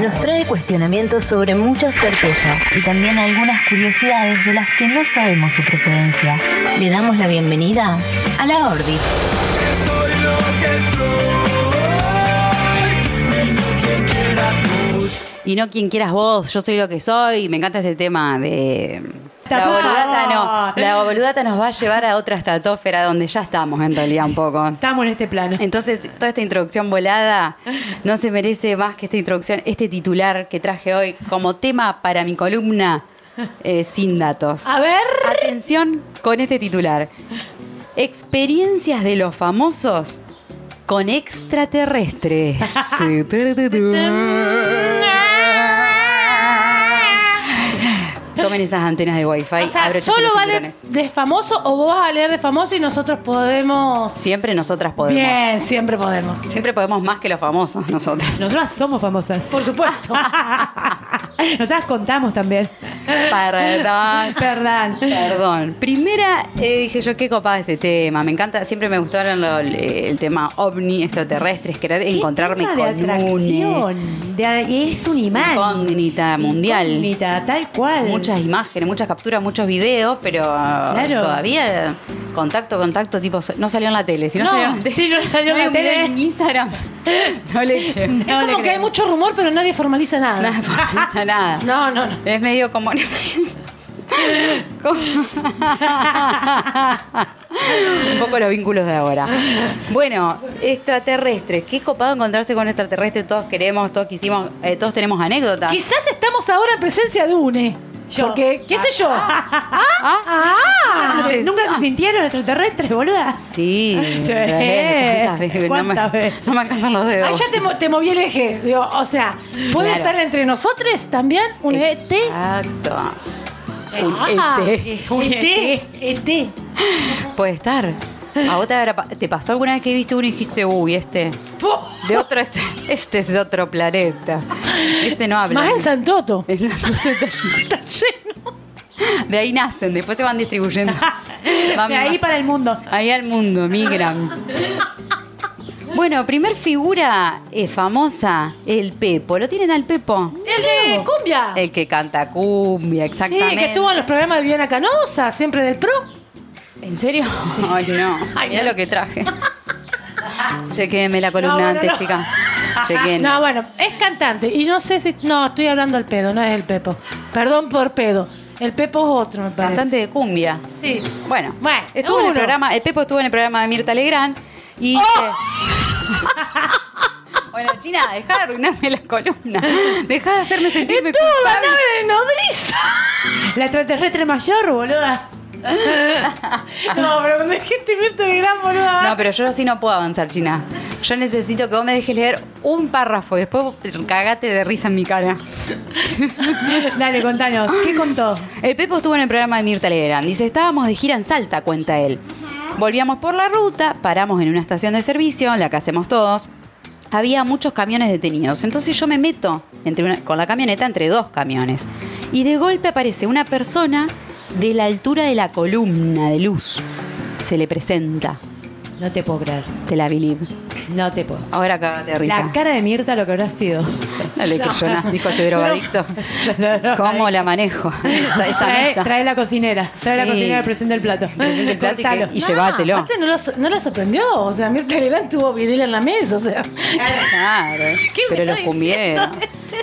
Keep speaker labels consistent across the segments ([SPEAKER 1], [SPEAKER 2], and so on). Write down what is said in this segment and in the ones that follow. [SPEAKER 1] nos trae cuestionamientos sobre muchas certezas y también algunas curiosidades de las que no sabemos su procedencia. Le damos la bienvenida a la Orbit.
[SPEAKER 2] Y no quien quieras vos, yo soy lo que soy. Me encanta este tema de. La
[SPEAKER 3] Tapá.
[SPEAKER 2] boludata, no, la boludata nos va a llevar a otra estratosfera donde ya estamos en realidad un poco.
[SPEAKER 3] Estamos en este plano.
[SPEAKER 2] Entonces, toda esta introducción volada no se merece más que esta introducción, este titular que traje hoy como tema para mi columna eh, sin datos.
[SPEAKER 3] A ver.
[SPEAKER 2] Atención con este titular. Experiencias de los famosos con extraterrestres.
[SPEAKER 3] Este
[SPEAKER 2] Tomen esas antenas de wifi.
[SPEAKER 3] O sea,
[SPEAKER 2] abróchense
[SPEAKER 3] solo
[SPEAKER 2] los
[SPEAKER 3] vale
[SPEAKER 2] cinturones.
[SPEAKER 3] de famoso o vos vas a leer de famoso y nosotros podemos.
[SPEAKER 2] Siempre nosotras podemos.
[SPEAKER 3] Bien, siempre podemos.
[SPEAKER 2] Siempre podemos más que los famosos nosotras.
[SPEAKER 4] Nosotras somos famosas.
[SPEAKER 3] Por supuesto.
[SPEAKER 4] Nosotras contamos también.
[SPEAKER 2] Perdón.
[SPEAKER 3] Perdón.
[SPEAKER 2] Perdón. Primera, eh, dije yo, qué copada este tema. Me encanta, siempre me gustaron lo- el tema ovni, extraterrestres, querer encontrarme
[SPEAKER 3] ¿Qué tema
[SPEAKER 2] con
[SPEAKER 3] de
[SPEAKER 2] una
[SPEAKER 3] atracción. De- es un imán.
[SPEAKER 2] incógnita mundial.
[SPEAKER 3] Incógnita, tal cual.
[SPEAKER 2] Muchas imágenes, muchas capturas, muchos videos, pero
[SPEAKER 3] Claro.
[SPEAKER 2] todavía contacto, contacto, tipo, no salió en la tele. Si no,
[SPEAKER 3] No,
[SPEAKER 2] salió en la tele,
[SPEAKER 3] si no salió en
[SPEAKER 2] hay
[SPEAKER 3] la
[SPEAKER 2] un video
[SPEAKER 3] tele.
[SPEAKER 2] en Instagram. No le creo.
[SPEAKER 3] Es como que hay mucho rumor, pero nadie formaliza nada.
[SPEAKER 2] Nada, no pasa nada.
[SPEAKER 3] No, no, no.
[SPEAKER 2] Es medio como. como- Un poco los vínculos de ahora. Bueno, extraterrestres. Qué copado encontrarse con extraterrestres. Todos queremos, todos quisimos, eh, todos tenemos anécdotas.
[SPEAKER 3] Quizás estamos ahora en presencia de une. Porque, qué sé yo. Ah.
[SPEAKER 2] Ah,
[SPEAKER 3] ¿Nunca se sintieron extraterrestres, boluda?
[SPEAKER 2] Sí.
[SPEAKER 3] Sí.
[SPEAKER 2] re, ¿Cuántas veces?
[SPEAKER 3] ¿Cuántas
[SPEAKER 2] No me,
[SPEAKER 3] veces?
[SPEAKER 2] no me alcanzan los dedos.
[SPEAKER 3] Ahí ya te, mo- te moví el eje. Digo, o sea, puede
[SPEAKER 2] Claro.
[SPEAKER 3] estar entre nosotros también un E ET.
[SPEAKER 2] Exacto.
[SPEAKER 3] Ah, E Un ET. ET.
[SPEAKER 2] Puede estar. ¿A vos te, habrá pa- te pasó alguna vez que viste uno y dijiste, uy, este.
[SPEAKER 3] Puh.
[SPEAKER 2] De otro, este, este es de otro planeta. Este no habla.
[SPEAKER 3] Más en Santoto.
[SPEAKER 2] Es la luz del taller. De ahí nacen, después se van distribuyendo. Van-
[SPEAKER 3] De ahí para el mundo.
[SPEAKER 2] ahí al mundo, migran. Bueno, primer figura eh, famosa, el Pepo. ¿Lo tienen al Pepo?
[SPEAKER 3] El de cumbia.
[SPEAKER 2] El que canta cumbia,
[SPEAKER 3] Sí,
[SPEAKER 2] exactamente.
[SPEAKER 3] que estuvo en los programas de Viviana Canosa, siempre del PRO.
[SPEAKER 2] ¿En serio? Ay, no.
[SPEAKER 3] Ay,
[SPEAKER 2] Mirá
[SPEAKER 3] no.
[SPEAKER 2] lo que traje. Chequenme la columna
[SPEAKER 3] No, bueno,
[SPEAKER 2] antes,
[SPEAKER 3] no.
[SPEAKER 2] chica. Chequen.
[SPEAKER 3] No, bueno, es cantante. Y no sé si. No, estoy hablando del pedo, no es el Pepo. Perdón por pedo. El Pepo es otro, me parece.
[SPEAKER 2] Cantante de cumbia.
[SPEAKER 3] Sí.
[SPEAKER 2] Bueno,
[SPEAKER 3] Bueno,
[SPEAKER 2] estuvo en el
[SPEAKER 3] uno.
[SPEAKER 2] programa, el Pepo estuvo en el programa de Mirta Legrand
[SPEAKER 3] ¡Oh!
[SPEAKER 2] y dice- Bueno, China, deja de arruinarme la columna. Deja de hacerme sentirme
[SPEAKER 3] Estuvo en la
[SPEAKER 2] culpable.
[SPEAKER 3] nave de nodriza.
[SPEAKER 4] La extraterrestre mayor, boluda.
[SPEAKER 3] No, pero cuando dijiste Mirta de gran boluda.
[SPEAKER 2] No, pero yo así no puedo avanzar, China. Yo necesito que vos me dejes leer un párrafo y después vos cagate de risa en mi cara.
[SPEAKER 4] Dale, contanos. ¿Qué contó?
[SPEAKER 2] El Pepo estuvo en el programa de Mirta Legrand. Dice, estábamos de gira en Salta, cuenta él. Volvíamos por la ruta, paramos en una estación de servicio, la que hacemos todos. Había muchos camiones detenidos. Entonces yo me meto entre una- con la camioneta entre dos camiones. Y de golpe aparece una persona de la altura de la columna de luz. Se le presenta.
[SPEAKER 4] No te puedo creer.
[SPEAKER 2] Te la believe.
[SPEAKER 4] No te puedo.
[SPEAKER 2] Ahora cagate de risa.
[SPEAKER 4] La cara de Mirta lo que habrá sido.
[SPEAKER 2] No le creyó nada, dijo este drogadicto. ¿Cómo la manejo? Esta, esta
[SPEAKER 4] Trae,
[SPEAKER 2] mesa.
[SPEAKER 4] trae la cocinera. Trae
[SPEAKER 2] Sí.
[SPEAKER 4] la cocinera, presenta el plato.
[SPEAKER 2] Presenta el plato y que-
[SPEAKER 4] Cortalo.
[SPEAKER 2] y llévatelo.
[SPEAKER 3] Aparte no, lo so- no la sorprendió. O sea, Mirta Legrand tuvo videl en la mesa. O sea,
[SPEAKER 2] Claro,
[SPEAKER 3] ¿Qué me
[SPEAKER 2] pero
[SPEAKER 3] está
[SPEAKER 2] los cumbieros.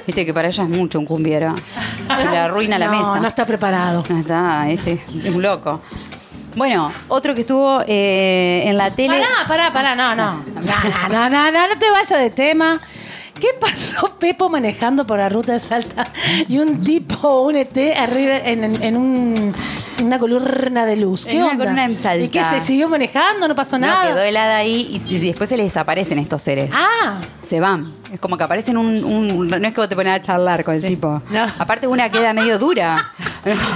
[SPEAKER 2] Viste que para ella es mucho un cumbiero. Se le arruina la
[SPEAKER 3] no,
[SPEAKER 2] mesa.
[SPEAKER 3] No está preparado.
[SPEAKER 2] No está, este es un loco. Bueno, otro que estuvo eh, en la tele.
[SPEAKER 3] Pará, pará, pará, no, no. No, no, no, no, no, no te vayas de tema. ¿Qué pasó Pepo manejando por la ruta de Salta y un tipo, un ET, arriba en, en- en un- una columna de luz? ¿Qué
[SPEAKER 2] En una
[SPEAKER 3] onda?
[SPEAKER 2] columna en Salta.
[SPEAKER 3] ¿Y qué? ¿Se siguió manejando? ¿No pasó
[SPEAKER 2] No, quedó
[SPEAKER 3] nada?
[SPEAKER 2] helada ahí y, y después se les desaparecen estos seres.
[SPEAKER 3] Ah,
[SPEAKER 2] Se van. Es como que aparecen un, un- No es que vos te pones a charlar con el tipo.
[SPEAKER 4] No.
[SPEAKER 2] Aparte, una queda medio dura.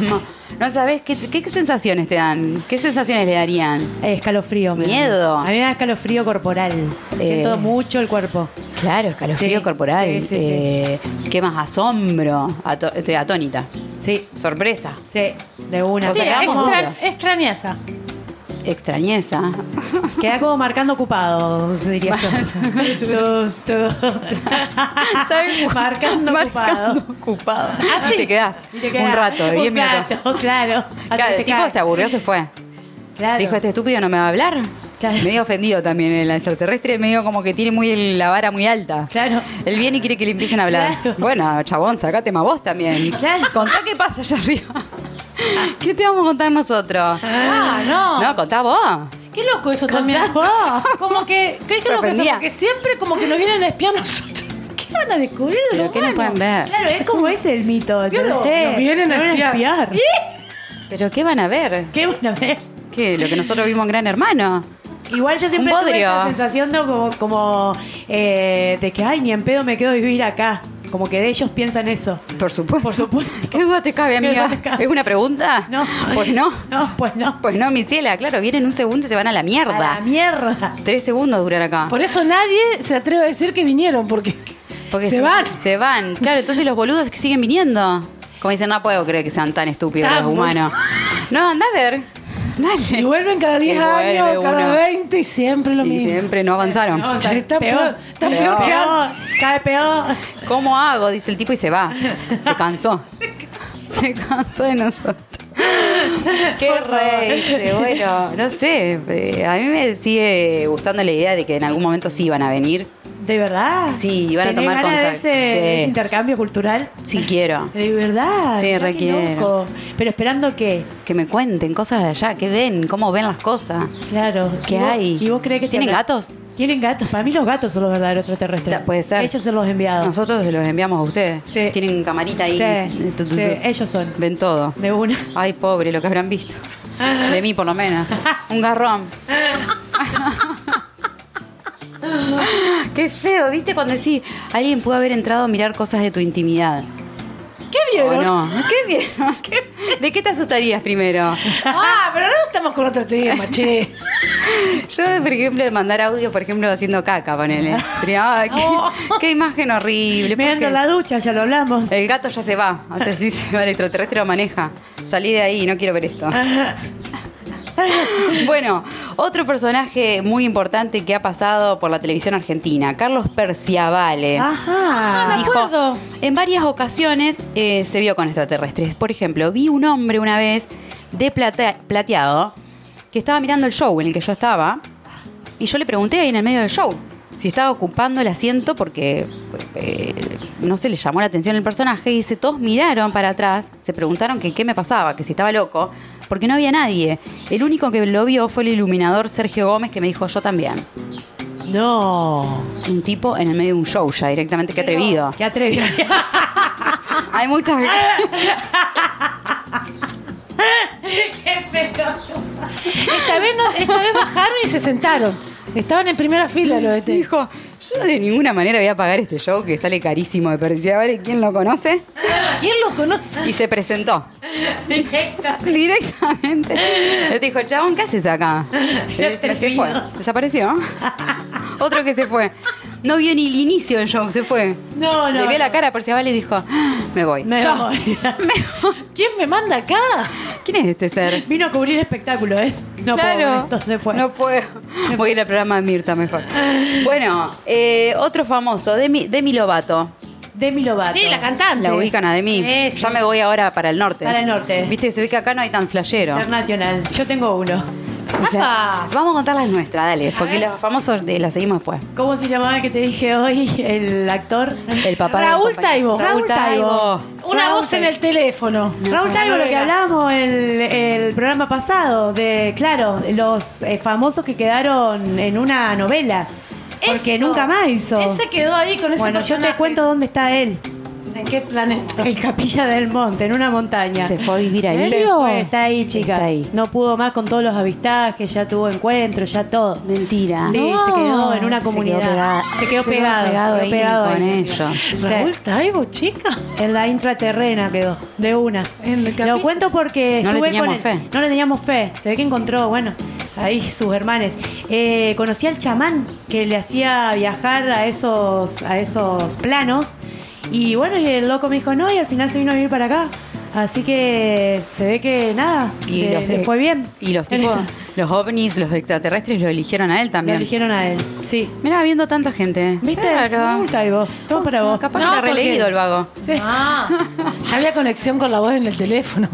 [SPEAKER 2] No, no sabes qué, qué- qué sensaciones te dan. ¿Qué sensaciones le darían?
[SPEAKER 4] Eh, Escalofrío. me da.
[SPEAKER 2] Miedo. Eh,
[SPEAKER 4] A mí me da escalofrío corporal. Siento mucho el cuerpo.
[SPEAKER 2] Claro, escalofrío
[SPEAKER 4] Sí,
[SPEAKER 2] corporal.
[SPEAKER 4] sí, sí, sí.
[SPEAKER 2] eh, ¿Qué más? Asombro. Ato- estoy atónita.
[SPEAKER 4] Sí,
[SPEAKER 2] Sorpresa.
[SPEAKER 4] sí, de una.
[SPEAKER 2] O sea,
[SPEAKER 3] sí,
[SPEAKER 2] hagamos
[SPEAKER 3] extra-
[SPEAKER 2] duro.
[SPEAKER 3] extrañeza.
[SPEAKER 2] extrañeza.
[SPEAKER 4] Queda como marcando ocupado, diría yo. Tú, tú. marcando, ocupado.
[SPEAKER 2] ocupado.
[SPEAKER 4] Así.
[SPEAKER 2] Ah, Te quedás
[SPEAKER 4] Te queda
[SPEAKER 2] un rato, de 10
[SPEAKER 4] un
[SPEAKER 2] minutos.
[SPEAKER 4] rato, claro. Hasta
[SPEAKER 2] Claro,
[SPEAKER 4] que
[SPEAKER 2] el
[SPEAKER 4] te
[SPEAKER 2] tipo
[SPEAKER 4] caes.
[SPEAKER 2] se aburrió, se fue.
[SPEAKER 4] Claro.
[SPEAKER 2] Dijo, este estúpido no me va a hablar.
[SPEAKER 4] Claro.
[SPEAKER 2] Medio ofendido también el extraterrestre, medio como que tiene muy el- la vara muy alta.
[SPEAKER 4] Claro.
[SPEAKER 2] Él viene y quiere que le empiecen a hablar.
[SPEAKER 4] Claro.
[SPEAKER 2] Bueno, chabón, sacate más vos también.
[SPEAKER 4] Claro.
[SPEAKER 2] Contá qué pasa allá arriba. ¿Qué te vamos a contar nosotros?
[SPEAKER 3] Ah, no.
[SPEAKER 2] No, contá vos.
[SPEAKER 3] Qué loco eso también. Como que, ¿qué es lo que eso?
[SPEAKER 2] Sorprendía.
[SPEAKER 3] Porque siempre como que nos vienen a espiar nosotros.
[SPEAKER 4] ¿Qué van a descubrir? de
[SPEAKER 2] Pero
[SPEAKER 4] los
[SPEAKER 2] qué no
[SPEAKER 4] humanos?
[SPEAKER 2] pueden ver.
[SPEAKER 4] Claro, es como es el mito.
[SPEAKER 3] Claro,
[SPEAKER 4] ¿entendés?
[SPEAKER 3] nos vienen a
[SPEAKER 4] Nos
[SPEAKER 3] espiar. ¿eh?
[SPEAKER 2] Pero qué van a ver.
[SPEAKER 4] Qué buena vez.
[SPEAKER 2] ¿Qué? Lo que nosotros vimos en Gran Hermano.
[SPEAKER 4] Igual yo siempre
[SPEAKER 2] Un
[SPEAKER 4] tuve
[SPEAKER 2] bodrio.
[SPEAKER 4] esa sensación de como, como, eh, de que, ay, ni en pedo me quedo vivir acá. Como que de ellos piensan eso.
[SPEAKER 2] Por supuesto.
[SPEAKER 4] Por supuesto.
[SPEAKER 2] ¿Qué duda te cabe,
[SPEAKER 4] ¿Qué duda
[SPEAKER 2] amiga?
[SPEAKER 4] te cabe?
[SPEAKER 2] ¿Es una pregunta?
[SPEAKER 4] No.
[SPEAKER 2] Pues no.
[SPEAKER 4] No, pues no.
[SPEAKER 2] Pues no, mi ciela, claro, vienen un segundo y se van a la mierda.
[SPEAKER 4] A la mierda.
[SPEAKER 2] Tres segundos duran acá.
[SPEAKER 3] Por eso nadie se atreve a decir que vinieron, porque,
[SPEAKER 2] Porque
[SPEAKER 3] se van.
[SPEAKER 2] Se van. Claro, entonces los boludos que siguen viniendo. Como dicen, no puedo creer que sean tan estúpidos
[SPEAKER 3] Tan
[SPEAKER 2] los
[SPEAKER 3] bol-
[SPEAKER 2] humanos. No, anda a ver. Dale.
[SPEAKER 3] Y vuelven cada 10
[SPEAKER 2] Y vuelve
[SPEAKER 3] años,
[SPEAKER 2] uno.
[SPEAKER 3] cada 20 y siempre lo
[SPEAKER 2] Y
[SPEAKER 3] mismo.
[SPEAKER 2] siempre no avanzaron.
[SPEAKER 3] No, está, está
[SPEAKER 4] Peor.
[SPEAKER 3] peor. Está peor.
[SPEAKER 2] Peor.
[SPEAKER 4] Peor. Cae peor.
[SPEAKER 2] ¿Cómo hago? Dice el tipo y se va. Se cansó. Se cansó de nosotros. Qué rey, bueno, no sé, eh, a mí me sigue gustando la idea de que en algún momento sí iban a venir.
[SPEAKER 4] ¿De verdad?
[SPEAKER 2] Sí, van a
[SPEAKER 4] ¿Tenés
[SPEAKER 2] tomar
[SPEAKER 4] ganas de
[SPEAKER 2] contacto.
[SPEAKER 4] ese-
[SPEAKER 2] Sí.
[SPEAKER 4] de ese intercambio cultural?
[SPEAKER 2] Sí quiero.
[SPEAKER 4] De verdad.
[SPEAKER 2] Sí,
[SPEAKER 4] mirá qué
[SPEAKER 2] requiere.
[SPEAKER 4] loco. Pero esperando qué,
[SPEAKER 2] Que me cuenten cosas de allá, que ven, cómo ven las cosas.
[SPEAKER 4] claro.
[SPEAKER 2] ¿Qué
[SPEAKER 4] ¿Y vos-
[SPEAKER 2] hay?
[SPEAKER 4] ¿Y vos crees que te
[SPEAKER 2] ¿Tienen
[SPEAKER 4] hablan-
[SPEAKER 2] gatos?
[SPEAKER 4] Tienen gatos. Para mí los gatos son los verdaderos extraterrestres.
[SPEAKER 2] Ta- puede ser.
[SPEAKER 4] Ellos son los enviados.
[SPEAKER 2] Nosotros se los enviamos a ustedes.
[SPEAKER 4] Sí.
[SPEAKER 2] Tienen camarita ahí.
[SPEAKER 4] Sí,
[SPEAKER 2] Tu, tu, tu.
[SPEAKER 4] sí, ellos son.
[SPEAKER 2] Ven todo.
[SPEAKER 4] De una.
[SPEAKER 2] Ay, pobre, lo que habrán visto. De mí, por lo menos. Un garrón. Qué feo, ¿viste? Cuando decís, alguien pudo haber entrado a mirar cosas de tu intimidad.
[SPEAKER 3] ¿Qué
[SPEAKER 2] ¿O
[SPEAKER 3] vieron?
[SPEAKER 2] Oh, no? ¿Qué vieron? ¿De qué te asustarías primero?
[SPEAKER 3] Ah, pero no estamos con otro tema, che.
[SPEAKER 2] Yo, por ejemplo, de mandar audio, por ejemplo, haciendo caca, ponele. Diría, Ay, qué,
[SPEAKER 4] Oh.
[SPEAKER 2] qué imagen horrible. ¿por
[SPEAKER 4] Me ando
[SPEAKER 2] qué?
[SPEAKER 4] en la ducha, ya lo hablamos.
[SPEAKER 2] El gato ya se va, hace así, se va el extraterrestre lo maneja. Salí de ahí, no quiero ver esto. Bueno, otro personaje muy importante que ha pasado por la televisión argentina, Carlos Perciavale.
[SPEAKER 4] Ajá.
[SPEAKER 2] Dijo,
[SPEAKER 3] acuerdo.
[SPEAKER 2] en varias ocasiones eh, se vio con extraterrestres. Por ejemplo, vi un hombre una vez de plata- plateado que estaba mirando el show en el que yo estaba y yo le pregunté ahí en el medio del show si estaba ocupando el asiento porque eh, no se le llamó la atención el personaje y dice, todos miraron para atrás, se preguntaron que qué me pasaba, que si estaba loco, porque no había nadie. El único que lo vio fue el iluminador Sergio Gómez que me dijo yo también.
[SPEAKER 4] No.
[SPEAKER 2] Un tipo en el medio de un show ya directamente, qué atrevido.
[SPEAKER 4] Qué atrevido.
[SPEAKER 2] Hay muchas veces.
[SPEAKER 3] Esta vez, no- esta vez bajaron y se sentaron. Estaban en primera fila los de T.
[SPEAKER 2] Dijo, yo de ninguna manera voy a pagar este show que sale carísimo de Perciabale, ¿quién lo conoce?
[SPEAKER 3] ¿Quién lo conoce?
[SPEAKER 2] Y se presentó. Directamente. Le dijo, chabón, ¿qué haces acá? Eh,
[SPEAKER 4] te
[SPEAKER 2] se
[SPEAKER 4] pido.
[SPEAKER 2] fue. Desapareció. Otro que se fue. No vio ni el inicio del show, se fue.
[SPEAKER 4] No, no.
[SPEAKER 2] Le vio la cara a Perciabal y dijo, "Ah, me voy.
[SPEAKER 4] Me
[SPEAKER 2] Chao.
[SPEAKER 4] voy.
[SPEAKER 2] Me voy.
[SPEAKER 3] ¿Quién me manda acá?
[SPEAKER 2] ¿Quién es este ser?
[SPEAKER 4] Vino a cubrir espectáculo, ¿eh? No puedo, entonces fue.
[SPEAKER 2] No puedo. Voy a ir al programa de Mirta mejor. Bueno, eh, otro famoso, Demi, Demi Lovato.
[SPEAKER 4] Demi Lovato.
[SPEAKER 3] Sí, la cantante.
[SPEAKER 2] La ubican a Demi.
[SPEAKER 3] Sí, sí.
[SPEAKER 2] Ya me voy ahora para el norte.
[SPEAKER 4] Para el norte.
[SPEAKER 2] Viste que se ve que acá no hay tan flashero.
[SPEAKER 4] Internacional. Yo tengo uno.
[SPEAKER 3] ¡Apa!
[SPEAKER 2] Vamos a contar las nuestras, dale, porque los famosos eh, las seguimos después.
[SPEAKER 4] ¿Cómo se llamaba el que te dije hoy? El actor.
[SPEAKER 2] El papá
[SPEAKER 3] Raúl
[SPEAKER 2] del
[SPEAKER 3] Taibo.
[SPEAKER 2] compañero. Raúl Taibo.
[SPEAKER 3] Una voz en el teléfono.
[SPEAKER 4] Raúl Taibo, lo que hablábamos el, el programa pasado, de, claro, los eh, famosos que quedaron en una novela. Porque
[SPEAKER 3] Eso.
[SPEAKER 4] nunca más hizo.
[SPEAKER 3] Ese quedó ahí con ese
[SPEAKER 4] bueno, yo te
[SPEAKER 3] personaje.
[SPEAKER 4] cuento dónde está él.
[SPEAKER 3] ¿En qué planeta?
[SPEAKER 4] En Capilla del Monte, en una montaña.
[SPEAKER 2] Se fue a vivir
[SPEAKER 4] ¿En
[SPEAKER 2] ahí.
[SPEAKER 4] serio? Está ahí, chica.
[SPEAKER 2] Está ahí.
[SPEAKER 4] No pudo más con todos los avistajes, ya tuvo encuentros, ya todo.
[SPEAKER 2] Mentira.
[SPEAKER 4] Sí,
[SPEAKER 3] No.
[SPEAKER 4] se quedó en una
[SPEAKER 2] Ah, Se quedó
[SPEAKER 4] comunidad.
[SPEAKER 2] pegada-
[SPEAKER 4] Se quedó
[SPEAKER 2] se quedó
[SPEAKER 4] pegado.
[SPEAKER 2] pegado
[SPEAKER 4] se
[SPEAKER 2] ahí
[SPEAKER 4] quedó pegado
[SPEAKER 2] con
[SPEAKER 4] ahí.
[SPEAKER 2] ellos.
[SPEAKER 4] Sí.
[SPEAKER 3] Raúl Taibo, chica.
[SPEAKER 4] En la intraterrena quedó, de una.
[SPEAKER 3] En la capilla.
[SPEAKER 4] Lo cuento porque
[SPEAKER 2] No le
[SPEAKER 4] estuve
[SPEAKER 2] teníamos
[SPEAKER 4] con él.
[SPEAKER 2] fe.
[SPEAKER 4] No le teníamos fe. Se ve que encontró, bueno, ahí sus hermanes. Eh, conocí al chamán que le hacía viajar a esos, a esos planos. Y bueno, y el loco me dijo, no, y al final se vino a vivir para acá. Así que se ve que nada,
[SPEAKER 2] Y
[SPEAKER 4] le,
[SPEAKER 2] los-
[SPEAKER 4] Eh, le fue bien.
[SPEAKER 2] Y los
[SPEAKER 4] En
[SPEAKER 2] tipos
[SPEAKER 4] esa.
[SPEAKER 2] Los ovnis, los extraterrestres lo eligieron a él
[SPEAKER 4] Me
[SPEAKER 2] también.
[SPEAKER 4] eligieron a él. Sí.
[SPEAKER 2] Mirá, viendo tanta gente.
[SPEAKER 4] ¿Viste?
[SPEAKER 2] Claro. Oh,
[SPEAKER 4] Multa y vos. Toma para vos.
[SPEAKER 3] No,
[SPEAKER 2] Capaz que lo ha
[SPEAKER 3] porque-
[SPEAKER 2] releído el vago.
[SPEAKER 4] Sí.
[SPEAKER 3] Ah, ya había conexión con la voz en el teléfono.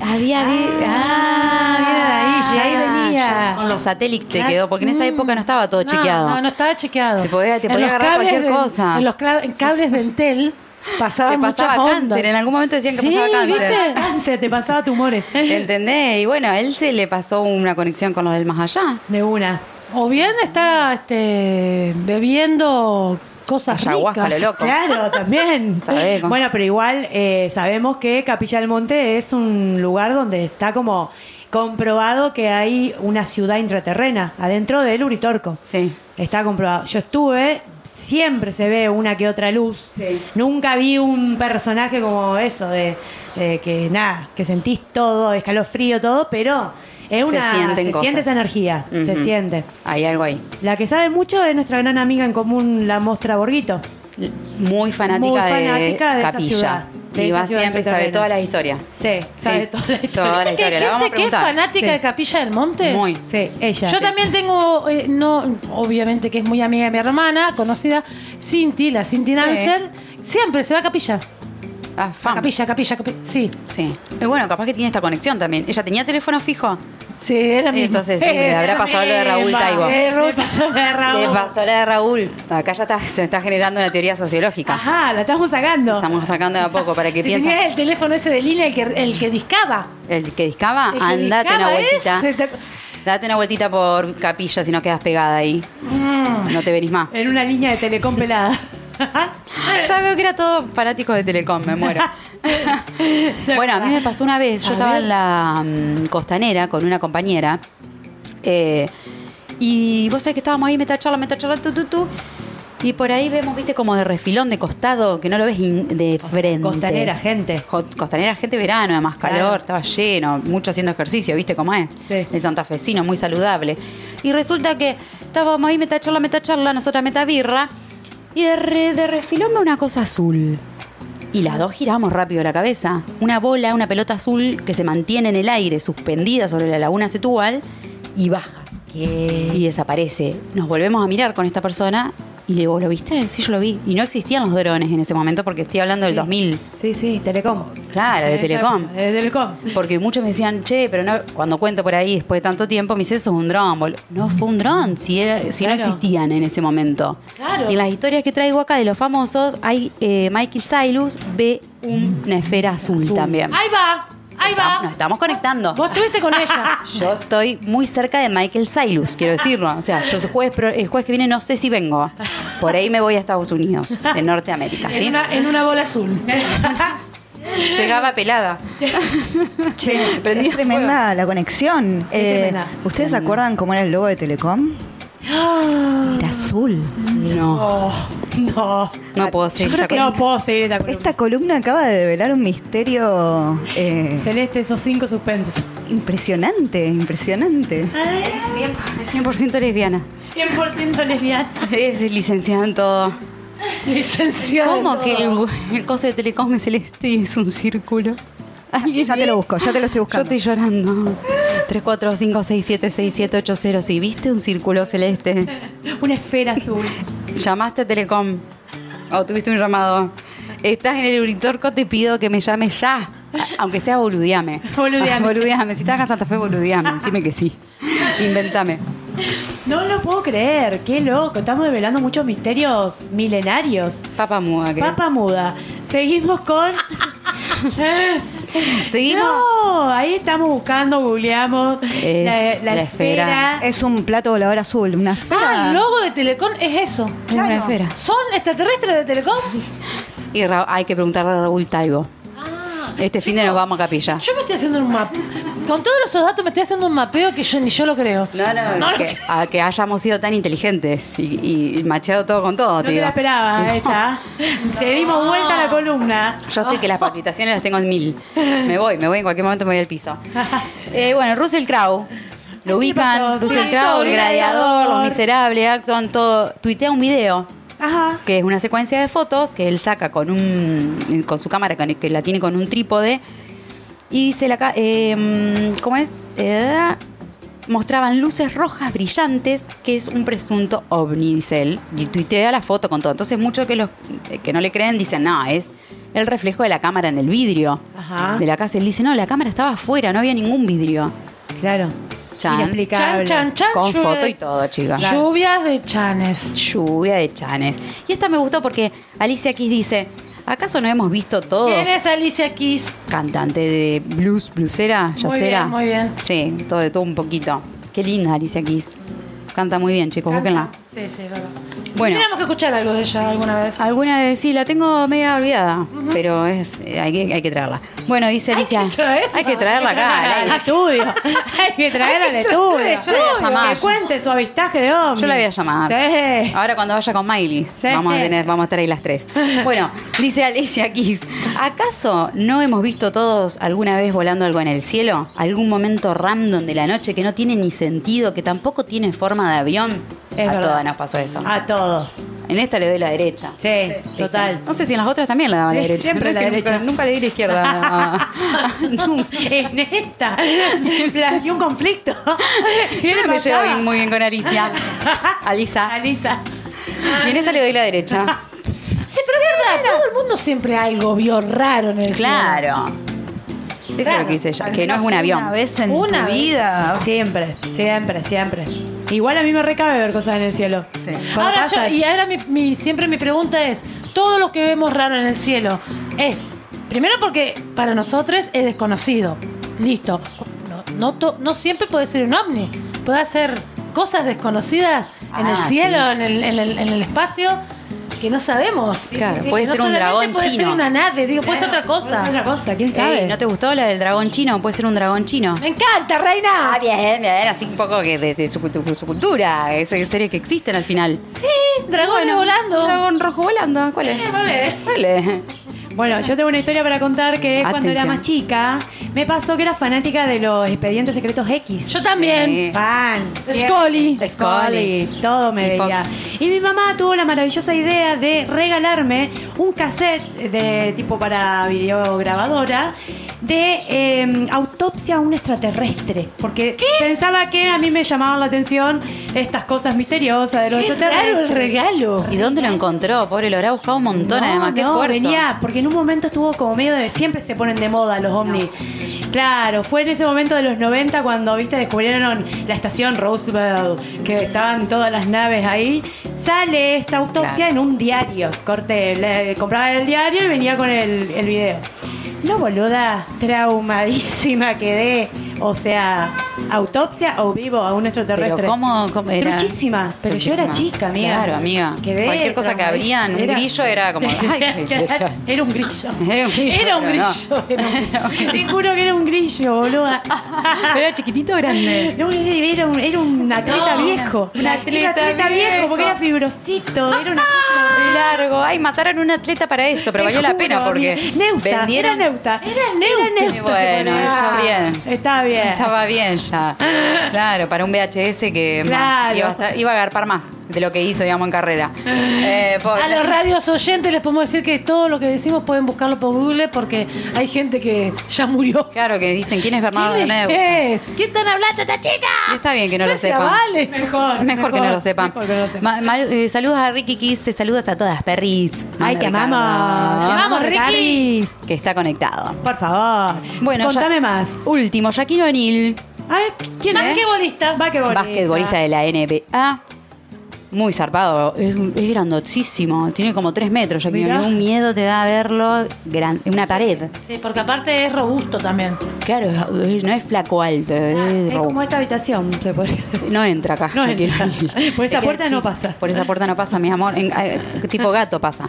[SPEAKER 2] Había. vi-
[SPEAKER 4] Ah, mira, ahí,
[SPEAKER 2] ya,
[SPEAKER 4] ahí venía. Mm.
[SPEAKER 2] Con los satélites te
[SPEAKER 3] Claro.
[SPEAKER 2] quedó, porque en esa época no estaba todo
[SPEAKER 3] No,
[SPEAKER 2] chequeado.
[SPEAKER 3] No, no estaba chequeado.
[SPEAKER 2] Te podía- te
[SPEAKER 3] En
[SPEAKER 2] podía
[SPEAKER 3] los
[SPEAKER 2] agarrar
[SPEAKER 3] cables
[SPEAKER 2] cualquier
[SPEAKER 3] de-
[SPEAKER 2] cosa.
[SPEAKER 3] En los cla- en cables de Entel
[SPEAKER 2] Te
[SPEAKER 3] pasaban
[SPEAKER 2] pasaba
[SPEAKER 3] muchas
[SPEAKER 2] cáncer,
[SPEAKER 3] ondas.
[SPEAKER 2] en algún momento decían que
[SPEAKER 3] Sí,
[SPEAKER 2] pasaba cáncer.
[SPEAKER 3] ¿viste?
[SPEAKER 4] Cáncer, te pasaba tumores.
[SPEAKER 2] ¿Entendés? Y bueno, a él se le pasó una conexión con los del más allá.
[SPEAKER 4] De una.
[SPEAKER 3] O bien está este, bebiendo cosas
[SPEAKER 2] Ayahuasca,
[SPEAKER 3] ricas.
[SPEAKER 2] lo loco.
[SPEAKER 4] Claro, también.
[SPEAKER 2] Sabés cómo.
[SPEAKER 4] Bueno, pero igual eh, sabemos que Capilla del Monte es un lugar donde está como comprobado que hay una ciudad intraterrena adentro del Uritorco.
[SPEAKER 2] Sí.
[SPEAKER 4] Está comprobado. Yo estuve, siempre se ve una que otra luz.
[SPEAKER 2] Sí.
[SPEAKER 4] Nunca vi un personaje como eso, de, de que nada, que sentís todo, escalofrío, todo, pero es
[SPEAKER 2] Se
[SPEAKER 4] una.
[SPEAKER 2] sienten
[SPEAKER 4] se
[SPEAKER 2] cosas.
[SPEAKER 4] siente esa energía, se
[SPEAKER 2] Ujú.
[SPEAKER 4] siente.
[SPEAKER 2] Hay algo ahí.
[SPEAKER 4] La que sabe mucho es nuestra gran amiga en común, la Mostra Borguito.
[SPEAKER 2] L- Muy fanática,
[SPEAKER 4] Muy fanática
[SPEAKER 2] de,
[SPEAKER 4] de esa ciudad,
[SPEAKER 2] Capilla.
[SPEAKER 4] de
[SPEAKER 2] y
[SPEAKER 4] esa
[SPEAKER 2] va
[SPEAKER 4] ciudad
[SPEAKER 2] siempre, sabe
[SPEAKER 4] entreterrena.
[SPEAKER 2] todas las historias.
[SPEAKER 4] Sí, sabe toda la historia.
[SPEAKER 2] toda la
[SPEAKER 3] ¿Viste que hay
[SPEAKER 2] historia. La vamos a
[SPEAKER 3] gente que es
[SPEAKER 2] preguntar.
[SPEAKER 3] fanática
[SPEAKER 4] Sí.
[SPEAKER 3] de Capilla del Monte?
[SPEAKER 2] Muy. ah,
[SPEAKER 4] Sí, ella.
[SPEAKER 3] Yo
[SPEAKER 4] Sí.
[SPEAKER 3] también tengo, eh, no, obviamente que es muy amiga de mi hermana, conocida, Cinti, la Cinti Nansen, siempre se va a Capilla.
[SPEAKER 2] Ah,
[SPEAKER 3] A
[SPEAKER 2] fan.
[SPEAKER 3] Capilla, Capilla, Capilla. Sí.
[SPEAKER 2] Sí. Y bueno, capaz que tiene esta conexión también. Ella tenía teléfono fijo.
[SPEAKER 3] Sí, era mi
[SPEAKER 2] Entonces, sí, le
[SPEAKER 3] Esa
[SPEAKER 2] habrá pasado lo de Raúl
[SPEAKER 3] misma.
[SPEAKER 2] Taibo.
[SPEAKER 3] Eh, Raúl Taibo.
[SPEAKER 2] Le pasó la de Raúl. Acá ya está- se está generando una teoría sociológica.
[SPEAKER 3] Ah,
[SPEAKER 4] Ajá, la estamos sacando.
[SPEAKER 2] Estamos sacando de a poco para que
[SPEAKER 3] Si
[SPEAKER 2] piensen.
[SPEAKER 3] tenías el teléfono ese de línea, el que, el que discaba.
[SPEAKER 2] El que discaba,
[SPEAKER 3] El que
[SPEAKER 2] andate una
[SPEAKER 3] discaba
[SPEAKER 2] vueltita.
[SPEAKER 3] ese, te-
[SPEAKER 2] Date una vueltita por capilla si no quedas pegada ahí. No te venís más.
[SPEAKER 4] En una línea de telecom pelada.
[SPEAKER 2] Ya veo que era todo fanático de Telecom, me muero. bueno, a mí me pasó una vez, yo
[SPEAKER 4] A
[SPEAKER 2] estaba
[SPEAKER 4] ver.
[SPEAKER 2] en la mm, costanera con una compañera eh, y vos sabés que estábamos ahí, meta charla, meta charla, tu, tu, tu. Y por ahí vemos, viste, como de refilón, de costado, que no lo ves in- de frente.
[SPEAKER 4] Costanera, gente.
[SPEAKER 2] Jo- Costanera, gente verano, además
[SPEAKER 4] Claro.
[SPEAKER 2] calor, estaba lleno, mucho haciendo ejercicio, ¿viste cómo es?
[SPEAKER 4] Sí.
[SPEAKER 2] El santafesino, muy saludable. Y resulta que estábamos ahí, meta charla, meta charla, nosotras meta birra, y de, re- de refilón veo una cosa azul. Y las dos giramos rápido la cabeza. Una bola, una pelota azul que se mantiene en el aire, suspendida sobre la laguna Setúbal, y baja
[SPEAKER 4] ¿Qué?
[SPEAKER 2] y desaparece. Nos volvemos a mirar con esta persona y le digo, ¿lo viste? Sí, yo lo vi. Y no existían los drones en ese momento porque estoy hablando del 2000.
[SPEAKER 4] Sí, sí, telecom.
[SPEAKER 2] Claro, de
[SPEAKER 4] En esa
[SPEAKER 2] Telecom.
[SPEAKER 4] época, De telecom.
[SPEAKER 2] Porque muchos me decían, che, pero no, cuando cuento por ahí después de tanto tiempo, me dice, eso es un dron. boludo". No fue un dron, si, era- si no
[SPEAKER 4] Claro.
[SPEAKER 2] existían en ese momento.
[SPEAKER 3] Claro.
[SPEAKER 2] Y en las historias que traigo acá de los famosos, hay eh, Michael Cyrus ve una esfera azul, también.
[SPEAKER 3] Ahí va, ahí va.
[SPEAKER 2] Nos estamos conectando.
[SPEAKER 3] Vos estuviste con ella.
[SPEAKER 2] Yo estoy muy cerca de Michael Cyrus, quiero decirlo. O sea, yo el jueves, pro- el jueves que viene no sé si vengo. Por ahí me voy a Estados Unidos, de Norteamérica,
[SPEAKER 3] En
[SPEAKER 2] ¿sí?
[SPEAKER 3] una, en una bola azul.
[SPEAKER 2] Llegaba pelada.
[SPEAKER 5] Che,
[SPEAKER 2] Prendí
[SPEAKER 5] es tremenda la conexión. Eh,
[SPEAKER 4] tremenda.
[SPEAKER 5] ¿Ustedes se acuerdan cómo era el logo de Telecom? Era azul.
[SPEAKER 2] No,
[SPEAKER 4] Oh, no.
[SPEAKER 2] no puedo seguir esta
[SPEAKER 4] No
[SPEAKER 2] cosa.
[SPEAKER 4] puedo seguir esta columna.
[SPEAKER 5] Eh, Esta columna acaba de develar un misterio eh,
[SPEAKER 4] Celeste, esos cinco suspensos.
[SPEAKER 5] impresionante, impresionante.
[SPEAKER 4] Ah,
[SPEAKER 2] Es 100% lesbiana.
[SPEAKER 4] 100% lesbiana.
[SPEAKER 2] Es licenciada en todo.
[SPEAKER 3] Licenciado.
[SPEAKER 2] ¿Cómo que el, el coso de Telecom es celeste y es un círculo?
[SPEAKER 5] Ya te lo busco, ya te lo estoy
[SPEAKER 2] Yo
[SPEAKER 5] buscando.
[SPEAKER 2] estoy llorando. 3, 4, 5, 6, 7, 6, 7, 8, 0. Si viste un círculo celeste,
[SPEAKER 4] Una esfera azul.
[SPEAKER 2] llamaste a Telecom o tuviste un llamado. Estás en el Uritorco, te pido que me llames ya. Aunque sea boludeame.
[SPEAKER 4] Boludeame.
[SPEAKER 2] Boludeame. Si estás acá en Santa Fe, boludeame. Decime que sí. Inventame.
[SPEAKER 4] No lo puedo creer. Qué loco. Estamos develando muchos misterios milenarios.
[SPEAKER 2] Papa muda. que-
[SPEAKER 4] Papa muda. Seguimos con.
[SPEAKER 2] Seguimos.
[SPEAKER 4] No, ahí estamos buscando, googleamos
[SPEAKER 3] Ah,
[SPEAKER 2] Es
[SPEAKER 4] la, la
[SPEAKER 2] la esfera.
[SPEAKER 4] esfera.
[SPEAKER 5] Es un plato volador azul, una
[SPEAKER 3] Ah,
[SPEAKER 5] esfera.
[SPEAKER 3] el logo de Telecom es eso.
[SPEAKER 2] Es una esfera.
[SPEAKER 3] ¿Son extraterrestres de Telecom?
[SPEAKER 2] Y Ra- hay que preguntarle a Raúl Taibo.
[SPEAKER 3] Ah,
[SPEAKER 2] Este fin de nos vamos a capilla.
[SPEAKER 3] yo me estoy haciendo un mapa. Con todos esos datos me estoy haciendo un mapeo que yo ni yo lo creo.
[SPEAKER 2] No, no,
[SPEAKER 3] No,
[SPEAKER 2] que, a que hayamos sido tan inteligentes y, y macheado todo con todo,
[SPEAKER 4] No
[SPEAKER 2] te
[SPEAKER 4] te
[SPEAKER 2] digo.
[SPEAKER 4] la esperaba, ahí está. Te dimos vuelta a la columna.
[SPEAKER 2] Yo estoy que las palpitaciones las tengo en mil. Me voy, me voy, en cualquier momento me voy al piso. Eh, bueno, Russell Crowe. Lo ubican,
[SPEAKER 4] pasó?
[SPEAKER 2] Russell
[SPEAKER 4] Sí,
[SPEAKER 2] Crowe, el
[SPEAKER 4] el
[SPEAKER 2] gladiador,
[SPEAKER 4] gladiador.
[SPEAKER 2] los miserables, actúan todo. Tuitea un video
[SPEAKER 4] Ajá.
[SPEAKER 2] que es una secuencia de fotos que él saca con un con su cámara con- que la tiene con un trípode y dice la ca- em, eh, mm, cómo es Eh, mostraban luces rojas brillantes, que es un presunto ovni, dice él. Y tuitea la foto con todo. Entonces, muchos que, los, eh, que no le creen dicen, no, es el reflejo de la cámara en el vidrio
[SPEAKER 4] Ajá.
[SPEAKER 2] de la casa. Él dice, no, la cámara estaba afuera, no había ningún vidrio.
[SPEAKER 4] Claro.
[SPEAKER 2] Chan.
[SPEAKER 4] Inexplicable.
[SPEAKER 3] Chan, chan, chan.
[SPEAKER 2] Con
[SPEAKER 3] lluvia
[SPEAKER 2] foto
[SPEAKER 3] de-
[SPEAKER 2] y todo, chicas.
[SPEAKER 3] Lluvias de chanes.
[SPEAKER 2] Lluvia de chanes. Y esta me gustó porque Alicia Keys dice, ¿acaso no hemos visto todos?
[SPEAKER 3] ¿Quién
[SPEAKER 4] eh.
[SPEAKER 3] es Alicia Keys?
[SPEAKER 2] Cantante de blues, blusera, yacera.
[SPEAKER 3] bien, muy bien.
[SPEAKER 2] Sí, todo de todo un poquito. Qué linda Alicia Keys. Canta muy bien, chicos, búsquenla.
[SPEAKER 3] Sí, sí, verdad.
[SPEAKER 2] Bueno.
[SPEAKER 3] Tenemos que escuchar algo de ella alguna vez.
[SPEAKER 2] Alguna vez sí, la tengo media olvidada, pero es, eh, hay, que, hay que traerla. Bueno, dice Alicia. hay que traerla acá. al
[SPEAKER 4] Al
[SPEAKER 2] aire.
[SPEAKER 4] estudio. Hay que traer al estudio.
[SPEAKER 2] Yo la voy a llamar.
[SPEAKER 4] Que cuente su avistaje de hombre.
[SPEAKER 2] Yo la voy a llamar.
[SPEAKER 4] Sí.
[SPEAKER 2] Ahora cuando vaya con Miley,
[SPEAKER 4] Sí.
[SPEAKER 2] vamos a tener, vamos a estar ahí las tres. Bueno, dice Alicia Keys, ¿acaso no hemos visto todos alguna vez volando algo en el cielo? ¿Algún momento random de la noche que no tiene ni sentido, que tampoco tiene forma de avión?
[SPEAKER 4] Es
[SPEAKER 2] a
[SPEAKER 4] verdad.
[SPEAKER 2] todas nos pasó eso.
[SPEAKER 4] A todos.
[SPEAKER 2] En esta le doy la derecha.
[SPEAKER 4] Sí,
[SPEAKER 2] ¿Viste?
[SPEAKER 4] total.
[SPEAKER 2] No sé si en las otras también la daba la
[SPEAKER 4] Sí,
[SPEAKER 2] derecha.
[SPEAKER 4] siempre
[SPEAKER 2] Creo
[SPEAKER 4] la
[SPEAKER 2] que nunca-
[SPEAKER 4] derecha.
[SPEAKER 2] Nunca, le di la izquierda. Nunca.
[SPEAKER 4] En esta planteé un conflicto.
[SPEAKER 2] Yo no me llevo bien- muy bien con Alicia. Alisa.
[SPEAKER 4] Alisa.
[SPEAKER 2] Y en esta le doy la derecha.
[SPEAKER 3] Sí, pero es verdad, todo el mundo siempre algo vio raro en el cielo.
[SPEAKER 2] Claro. Eso es lo que dice ella,
[SPEAKER 5] Al
[SPEAKER 2] que no es
[SPEAKER 5] menos
[SPEAKER 2] un avión.
[SPEAKER 5] Una vez en
[SPEAKER 3] Una
[SPEAKER 5] tu
[SPEAKER 3] vez.
[SPEAKER 5] vida.
[SPEAKER 4] Siempre, siempre, siempre. Igual a mí me recabe ver cosas en el cielo.
[SPEAKER 5] Sí.
[SPEAKER 4] Cuando
[SPEAKER 3] Ahora yo,
[SPEAKER 4] pasa-
[SPEAKER 3] y ahora mi, mi- siempre mi pregunta es, todo lo que vemos raro en el cielo es, primero porque para nosotros es desconocido, listo, no, no, to- no siempre puede ser un ovni, puede ser cosas desconocidas en el
[SPEAKER 2] Ah,
[SPEAKER 3] cielo,
[SPEAKER 2] sí.
[SPEAKER 3] en, el, en el- en el espacio, que no sabemos.
[SPEAKER 2] Claro,
[SPEAKER 3] Que
[SPEAKER 2] puede
[SPEAKER 3] no
[SPEAKER 2] ser un
[SPEAKER 3] solamente
[SPEAKER 2] dragón
[SPEAKER 3] puede ser
[SPEAKER 2] chino.
[SPEAKER 3] una nave, digo, puede ser otra
[SPEAKER 4] Puede ser
[SPEAKER 3] cosa.
[SPEAKER 4] otra cosa, quién sabe.
[SPEAKER 2] Ey, ¿No te gustó la del dragón chino? Puede ser un dragón chino.
[SPEAKER 3] Me encanta, reina.
[SPEAKER 2] Ah, bien, bien, así un poco que de, de su, cultu- su cultura, esas series que existen al final.
[SPEAKER 3] Sí, dragones
[SPEAKER 2] Bueno,
[SPEAKER 3] volando.
[SPEAKER 2] Dragón rojo volando, ¿cuál es?
[SPEAKER 3] Vale.
[SPEAKER 2] ¿Cuál es?
[SPEAKER 4] Bueno, yo tengo una historia para contar que cuando era
[SPEAKER 2] Atención.
[SPEAKER 4] más chica me pasó que era fanática de los expedientes secretos X.
[SPEAKER 3] Yo también.
[SPEAKER 2] Sí.
[SPEAKER 4] Fan.
[SPEAKER 3] Scully.
[SPEAKER 4] Siempre. Scully. Todo me
[SPEAKER 2] Y Fox.
[SPEAKER 4] veía. Y mi mamá tuvo la maravillosa idea de regalarme un cassette de tipo para videograbadora de eh, autopsia a un extraterrestre. Porque pensaba que a mí me llamaban la atención estas cosas misteriosas de los
[SPEAKER 3] Qué
[SPEAKER 4] extraterrestres.
[SPEAKER 3] raro el regalo.
[SPEAKER 2] ¿Y dónde lo encontró? Pobre, lo habrá buscado un montón, además, qué esfuerzo.
[SPEAKER 4] venía, porque en un momento estuvo como medio de siempre se ponen de moda los ovnis. Claro, fue en ese momento de los 90 cuando, viste, descubrieron la estación Roosevelt, que estaban todas las naves ahí. Sale esta autopsia
[SPEAKER 2] Claro.
[SPEAKER 4] en un diario. Corte, le- compraba el diario y venía con el, el video. No, boluda, traumadísima quedé. O sea, autopsia o vivo a un extraterrestre.
[SPEAKER 2] Pero cómo, cómo era.
[SPEAKER 4] Truchísima, pero yo era
[SPEAKER 2] Truchísima.
[SPEAKER 4] chica, amiga.
[SPEAKER 2] Claro, amiga.
[SPEAKER 4] Quedé
[SPEAKER 2] Cualquier cosa que
[SPEAKER 4] traumadísima.
[SPEAKER 2] abrían, un
[SPEAKER 4] Era-
[SPEAKER 2] grillo era como, ay, qué impresión.
[SPEAKER 4] era un grillo.
[SPEAKER 2] Era un grillo,
[SPEAKER 4] Era un
[SPEAKER 2] pero no.
[SPEAKER 4] grillo, era un grillo. Te juro que era un grillo, boluda.
[SPEAKER 2] ¿Era chiquitito o grande?
[SPEAKER 4] No, era un, era un atleta
[SPEAKER 2] No,
[SPEAKER 4] viejo.
[SPEAKER 2] un atleta
[SPEAKER 4] Era atleta viejo.
[SPEAKER 2] viejo.
[SPEAKER 4] porque era fibrosito. Era una cosa.
[SPEAKER 2] Muy largo. Ay, mataron a un atleta para eso, pero
[SPEAKER 4] Te
[SPEAKER 2] valió la
[SPEAKER 4] juro,
[SPEAKER 2] pena porque
[SPEAKER 4] amiga. Neusta,
[SPEAKER 2] vendieron.
[SPEAKER 4] Era neuta. Era neuta.
[SPEAKER 2] Y bueno,
[SPEAKER 4] se
[SPEAKER 2] está
[SPEAKER 4] ponía.
[SPEAKER 2] bien.
[SPEAKER 4] Está bien.
[SPEAKER 2] Estaba bien ya. Claro, para un VHS que más,
[SPEAKER 4] Claro.
[SPEAKER 2] iba, a estar- iba a agarpar más de lo que hizo, digamos, en carrera. Eh, pobre.
[SPEAKER 3] A los radios oyentes les podemos decir que todo lo que decimos pueden buscarlo por Google porque hay gente que ya murió.
[SPEAKER 2] Claro, que dicen, ¿quién es Bernardo
[SPEAKER 3] ¿Quién
[SPEAKER 2] Neusta?
[SPEAKER 3] es? ¿Quién están hablando esta chica?
[SPEAKER 2] Y está bien que no lo
[SPEAKER 3] Gracias,
[SPEAKER 2] sepan.
[SPEAKER 3] Vale.
[SPEAKER 4] Mejor,
[SPEAKER 2] Mejor que no lo sepan.
[SPEAKER 4] mejor que no lo sepan.
[SPEAKER 2] Ma- ma- eh, saludos a Ricky Kiss, eh, saludos a todas, perris.
[SPEAKER 4] Ay,
[SPEAKER 2] Manda
[SPEAKER 4] te
[SPEAKER 2] Ricardo,
[SPEAKER 4] amamos. Te amamos,
[SPEAKER 3] Ricky.
[SPEAKER 4] Ricardo.
[SPEAKER 2] Que está conectado.
[SPEAKER 4] Por favor.
[SPEAKER 2] Bueno, ya-
[SPEAKER 4] contame más.
[SPEAKER 2] Último, Shaquille O'Neal,
[SPEAKER 4] A ver, ¿quién
[SPEAKER 2] ¿Eh?
[SPEAKER 4] es? Basquetbolista. Basquetbolista.
[SPEAKER 2] basquetbolista de la NBA. Muy zarpado, es, es grandotísimo, tiene como 3 metros, Shaquille
[SPEAKER 4] Mirá.
[SPEAKER 2] O'Neal. Un miedo te da verlo gran, en una pared.
[SPEAKER 3] Sí, porque aparte es robusto también.
[SPEAKER 2] Claro, es- no es flaco alto,
[SPEAKER 4] Ah,
[SPEAKER 2] es
[SPEAKER 4] es como
[SPEAKER 2] robundo.
[SPEAKER 4] esta habitación, se podría decir.
[SPEAKER 2] No entra acá.
[SPEAKER 4] No
[SPEAKER 2] Shaquille
[SPEAKER 4] entra.
[SPEAKER 2] O'Neal.
[SPEAKER 4] Por esa
[SPEAKER 2] Es que
[SPEAKER 4] puerta
[SPEAKER 2] el
[SPEAKER 4] no
[SPEAKER 2] chi-
[SPEAKER 4] pasa.
[SPEAKER 2] Por esa puerta no pasa, mi amor. En- eh, tipo gato pasa.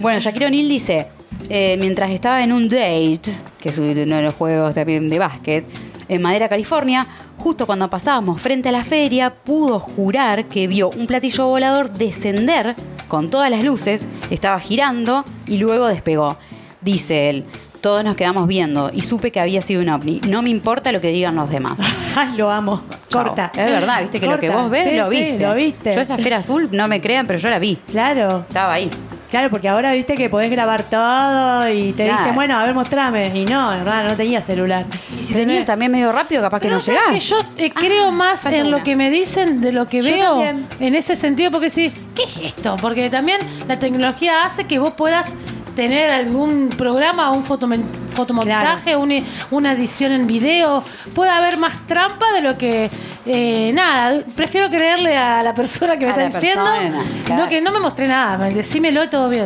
[SPEAKER 2] Bueno, Shaquille O'Neal dice, eh, mientras estaba en un date, que es uno de los juegos también de básquet, en Madera, California, justo cuando pasábamos frente a la feria, pudo jurar que vio un platillo volador descender con todas las luces, estaba girando y luego despegó. Dice él, todos nos quedamos viendo y supe que había sido un ovni. No me importa lo que digan los demás.
[SPEAKER 4] Ay, lo amo.
[SPEAKER 2] Chau.
[SPEAKER 4] Corta.
[SPEAKER 2] Es verdad, viste que lo que
[SPEAKER 4] Corta.
[SPEAKER 2] vos ves
[SPEAKER 4] Sí,
[SPEAKER 2] lo
[SPEAKER 4] sí,
[SPEAKER 2] viste.
[SPEAKER 4] lo viste.
[SPEAKER 2] Yo esa esfera azul, no me crean, pero yo la vi.
[SPEAKER 4] Claro,
[SPEAKER 2] Estaba ahí.
[SPEAKER 4] claro, porque ahora viste que podés grabar todo y te
[SPEAKER 2] Claro.
[SPEAKER 4] dicen, bueno, a ver, mostrame. Y no, en verdad, no tenía celular.
[SPEAKER 2] Y si tenías también medio rápido, capaz que
[SPEAKER 3] Pero
[SPEAKER 2] no
[SPEAKER 3] ¿sabes
[SPEAKER 2] llegás. Ah,
[SPEAKER 3] que yo eh, creo más
[SPEAKER 2] falta
[SPEAKER 3] en
[SPEAKER 2] una.
[SPEAKER 3] lo que me dicen de lo que
[SPEAKER 4] Yo
[SPEAKER 3] veo
[SPEAKER 4] también.
[SPEAKER 3] en ese sentido, porque sí, ¿qué es esto? Porque también la tecnología hace que vos puedas tener algún programa, un fotomen- fotomontaje, un- una edición en video, puede haber más trampa de lo que eh, nada, prefiero creerle a la persona que me
[SPEAKER 2] A la
[SPEAKER 3] está diciendo,
[SPEAKER 2] persona, claro.
[SPEAKER 3] no que no me mostré nada, me- decímelo y todo bien.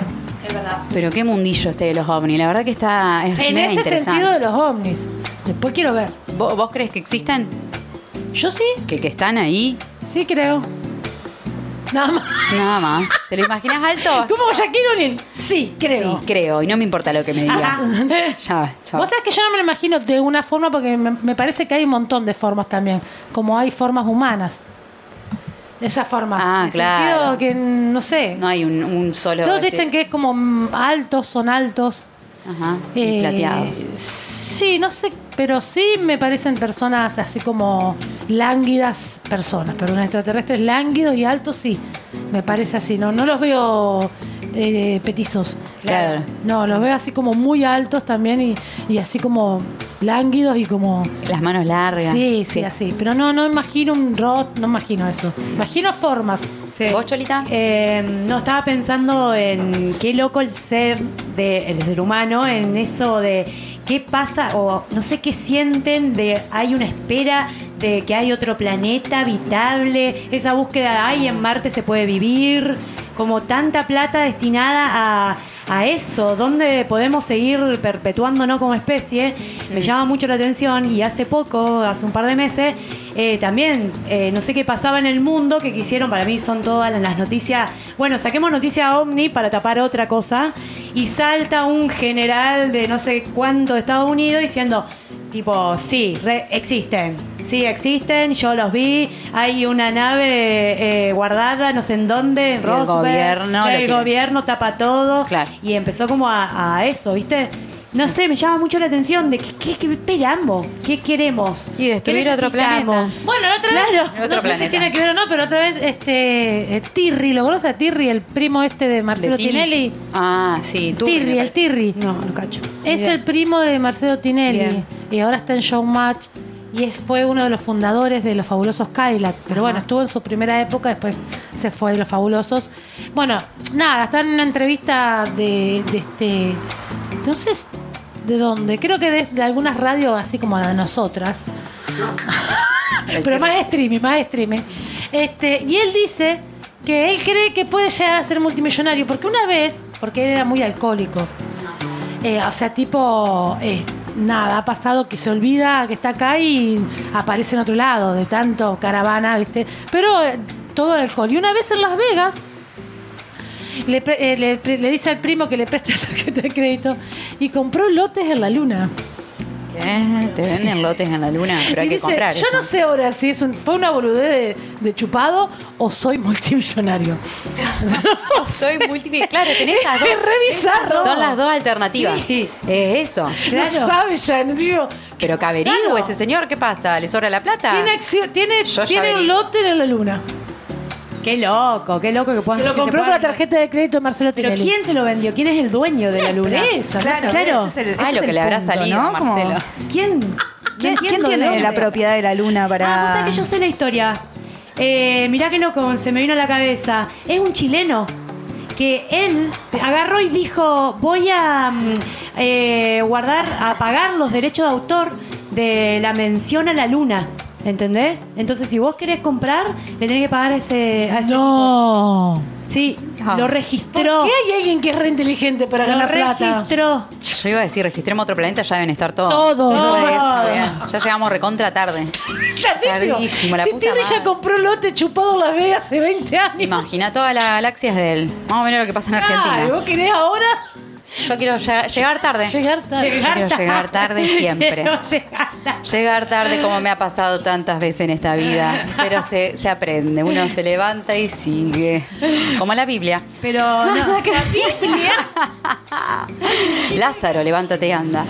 [SPEAKER 2] Pero qué mundillo este de los ovnis. La verdad que está. Es
[SPEAKER 3] en
[SPEAKER 2] mega
[SPEAKER 3] ese
[SPEAKER 2] interesante.
[SPEAKER 3] sentido de los ovnis. Después quiero ver.
[SPEAKER 2] ¿Vos, vos crees que existen?
[SPEAKER 3] Yo sí,
[SPEAKER 2] ¿Que, que están ahí?
[SPEAKER 3] sí creo. Nada más.
[SPEAKER 2] Nada más. ¿Te lo imaginas alto?
[SPEAKER 3] Como Shaquille O'Neal. Sí, creo. Ah.
[SPEAKER 2] Sí, creo. Y no me importa lo que me digas. Ya, ya.
[SPEAKER 3] Vos sabés que yo no me lo imagino de una forma porque me, me parece que hay un montón de formas también, como hay formas humanas. Esas formas.
[SPEAKER 2] Ah,
[SPEAKER 3] en el
[SPEAKER 2] claro.
[SPEAKER 3] sentido que, no sé.
[SPEAKER 2] No hay un, un solo. este,
[SPEAKER 3] Todos dicen que es como mm, altos, son altos.
[SPEAKER 2] Ajá.
[SPEAKER 3] eh,
[SPEAKER 2] Y plateados.
[SPEAKER 3] Sí, no sé, pero sí me parecen personas así como lánguidas personas, pero un extraterrestre es lánguido y alto sí, me parece así, no, no los veo eh, petizos.
[SPEAKER 2] Claro.
[SPEAKER 3] No, los veo así como muy altos también y, y así como lánguidos y como...
[SPEAKER 2] Las manos largas.
[SPEAKER 3] Sí, sí, así, pero no, no imagino un robot, no imagino eso, imagino formas.
[SPEAKER 4] Sí.
[SPEAKER 2] ¿Vos, Cholita?
[SPEAKER 4] Eh, no, estaba pensando en qué loco el ser de, el ser humano, en eso de qué pasa, o no sé qué sienten de hay una espera de que hay otro planeta habitable, esa búsqueda hay en Marte se puede vivir, como tanta plata destinada a, a eso, donde podemos seguir perpetuándonos como especie, me llama mucho la atención y hace poco, hace un par de meses, eh, también eh, no sé qué pasaba en el mundo que quisieron, para mí son todas las noticias, bueno, saquemos noticia ovni para tapar otra cosa y salta un general de no sé cuánto de Estados Unidos diciendo... Tipo, sí, re- existen. Sí, existen, yo los vi. Hay una nave eh, guardada, no sé en dónde, en
[SPEAKER 2] el gobierno lo
[SPEAKER 4] El
[SPEAKER 2] quiere-
[SPEAKER 4] gobierno tapa todo.
[SPEAKER 2] Claro.
[SPEAKER 4] Y empezó como a, a eso, ¿viste? No sé, me llama mucho la atención de qué, qué, qué esperamos, qué queremos.
[SPEAKER 2] Y destruir
[SPEAKER 4] ¿Qué
[SPEAKER 2] otro planeta.
[SPEAKER 4] necesitamos?
[SPEAKER 3] Bueno, la otra vez,
[SPEAKER 4] Claro.
[SPEAKER 3] no
[SPEAKER 2] Otro
[SPEAKER 3] sé
[SPEAKER 2] planeta.
[SPEAKER 3] si tiene que ver o no, pero otra vez este eh, Tirri, ¿lo conoces a Tirri, el primo este de Marcelo
[SPEAKER 2] Tini?
[SPEAKER 3] Tinelli?
[SPEAKER 2] Ah, sí. Turri, me
[SPEAKER 3] Tirri, el
[SPEAKER 2] parece.
[SPEAKER 3] Tirri.
[SPEAKER 4] No, no cacho.
[SPEAKER 3] Es el primo de Marcelo Tinelli
[SPEAKER 4] Bien.
[SPEAKER 3] y ahora está en Showmatch y es, fue uno de los fundadores de los fabulosos Cadillac. Pero bueno, estuvo en su primera época, después se fue de los fabulosos. Bueno, nada, está en una entrevista de, de este. Entonces, ¿de dónde? Creo que de, de algunas radios así como de nosotras. Pero
[SPEAKER 2] El Tirri.
[SPEAKER 3] más streaming, más streaming. Este, y él dice que él cree que puede llegar a ser multimillonario, porque una vez, porque él era muy alcohólico, eh, o sea, tipo, eh, nada, ha pasado que se olvida que está acá y aparece en otro lado, de tanto caravana, ¿viste? Pero eh, todo el alcohol. Y una vez en Las Vegas, le, pre- eh, le pre- le dice al primo que le preste la tarjeta de crédito y compró lotes en la luna.
[SPEAKER 2] ¿Qué? Te venden lotes en la luna, pero hay
[SPEAKER 3] Y
[SPEAKER 2] que
[SPEAKER 3] dice,
[SPEAKER 2] comprar
[SPEAKER 3] Yo
[SPEAKER 2] eso.
[SPEAKER 3] no sé ahora si es un- fue una boludez de, de chupado o soy multimillonario.
[SPEAKER 2] Soy múltiple. Claro, tenés esas dos.
[SPEAKER 3] Es re bizarro.
[SPEAKER 2] Son las dos alternativas.
[SPEAKER 3] Sí.
[SPEAKER 2] Es eso.
[SPEAKER 3] No sabe ya, no digo,
[SPEAKER 2] Pero que averigüe
[SPEAKER 3] Claro.
[SPEAKER 2] ese señor, ¿qué pasa? ¿Le sobra la plata?
[SPEAKER 3] Tiene, acción- tiene,
[SPEAKER 2] Ah. Yo ya
[SPEAKER 3] tiene un
[SPEAKER 2] averiguo.
[SPEAKER 3] lote en la luna.
[SPEAKER 4] Qué loco, qué loco que puedan
[SPEAKER 3] Que lo
[SPEAKER 4] que se
[SPEAKER 3] compró con la
[SPEAKER 4] puedan-
[SPEAKER 3] tarjeta de crédito de Marcelo
[SPEAKER 4] Pero
[SPEAKER 3] Tinelli.
[SPEAKER 4] ¿quién se lo vendió? ¿Quién es el dueño de la luna?
[SPEAKER 3] empresa,
[SPEAKER 5] Claro,
[SPEAKER 4] claro.
[SPEAKER 5] ese es el- ese
[SPEAKER 2] Ah,
[SPEAKER 5] es
[SPEAKER 2] lo
[SPEAKER 5] el
[SPEAKER 2] que le habrá
[SPEAKER 5] punto,
[SPEAKER 2] salido,
[SPEAKER 5] ¿no? Como-
[SPEAKER 2] Marcelo.
[SPEAKER 4] ¿Quién? No
[SPEAKER 5] ¿Quién, quién
[SPEAKER 4] entiendo de
[SPEAKER 5] tiene
[SPEAKER 4] dónde.
[SPEAKER 5] la propiedad de la luna
[SPEAKER 4] Ah, vos
[SPEAKER 5] para...?
[SPEAKER 4] sabés que yo sé la historia. Eh, mirá qué loco, se me vino a la cabeza. Es un chileno que él agarró y dijo, voy a mm, eh, guardar, a pagar los derechos de autor de la mención a la luna. ¿Entendés? Entonces, si vos querés comprar, le tenés que pagar a ese... a ese-
[SPEAKER 3] No.
[SPEAKER 4] Sí,
[SPEAKER 2] Ah.
[SPEAKER 4] lo
[SPEAKER 3] ¿Por
[SPEAKER 4] registró.
[SPEAKER 3] qué hay alguien que es re inteligente para
[SPEAKER 4] Lo
[SPEAKER 3] ganar plata?
[SPEAKER 4] registró.
[SPEAKER 2] Yo iba a decir, registremos otro planeta, ya deben estar todos.
[SPEAKER 3] Todo.
[SPEAKER 2] No puede
[SPEAKER 3] Todo.
[SPEAKER 2] ser, vean. Ya llegamos recontra tarde.
[SPEAKER 3] Tardísimo.
[SPEAKER 2] Tardísimo, la
[SPEAKER 3] si
[SPEAKER 2] puta
[SPEAKER 3] Tirri ya
[SPEAKER 2] madre.
[SPEAKER 3] compró lote chupado en Las Vegas hace 20 años.
[SPEAKER 2] Imagina, toda la galaxia es de él. Vamos a ver lo que pasa en
[SPEAKER 3] Ah, ¿y
[SPEAKER 2] Argentina.
[SPEAKER 3] ¿Vos querés ahora
[SPEAKER 2] Yo quiero llega- llegar tarde.
[SPEAKER 3] llegar tarde?
[SPEAKER 2] Yo quiero llegar tarde siempre.
[SPEAKER 4] No llegar tarde.
[SPEAKER 2] Llegar tarde como me ha pasado tantas veces en esta vida, pero se, se aprende, uno se levanta y sigue, como la Biblia.
[SPEAKER 4] Pero Ah, no, la Biblia.
[SPEAKER 2] Lázaro, levántate y anda.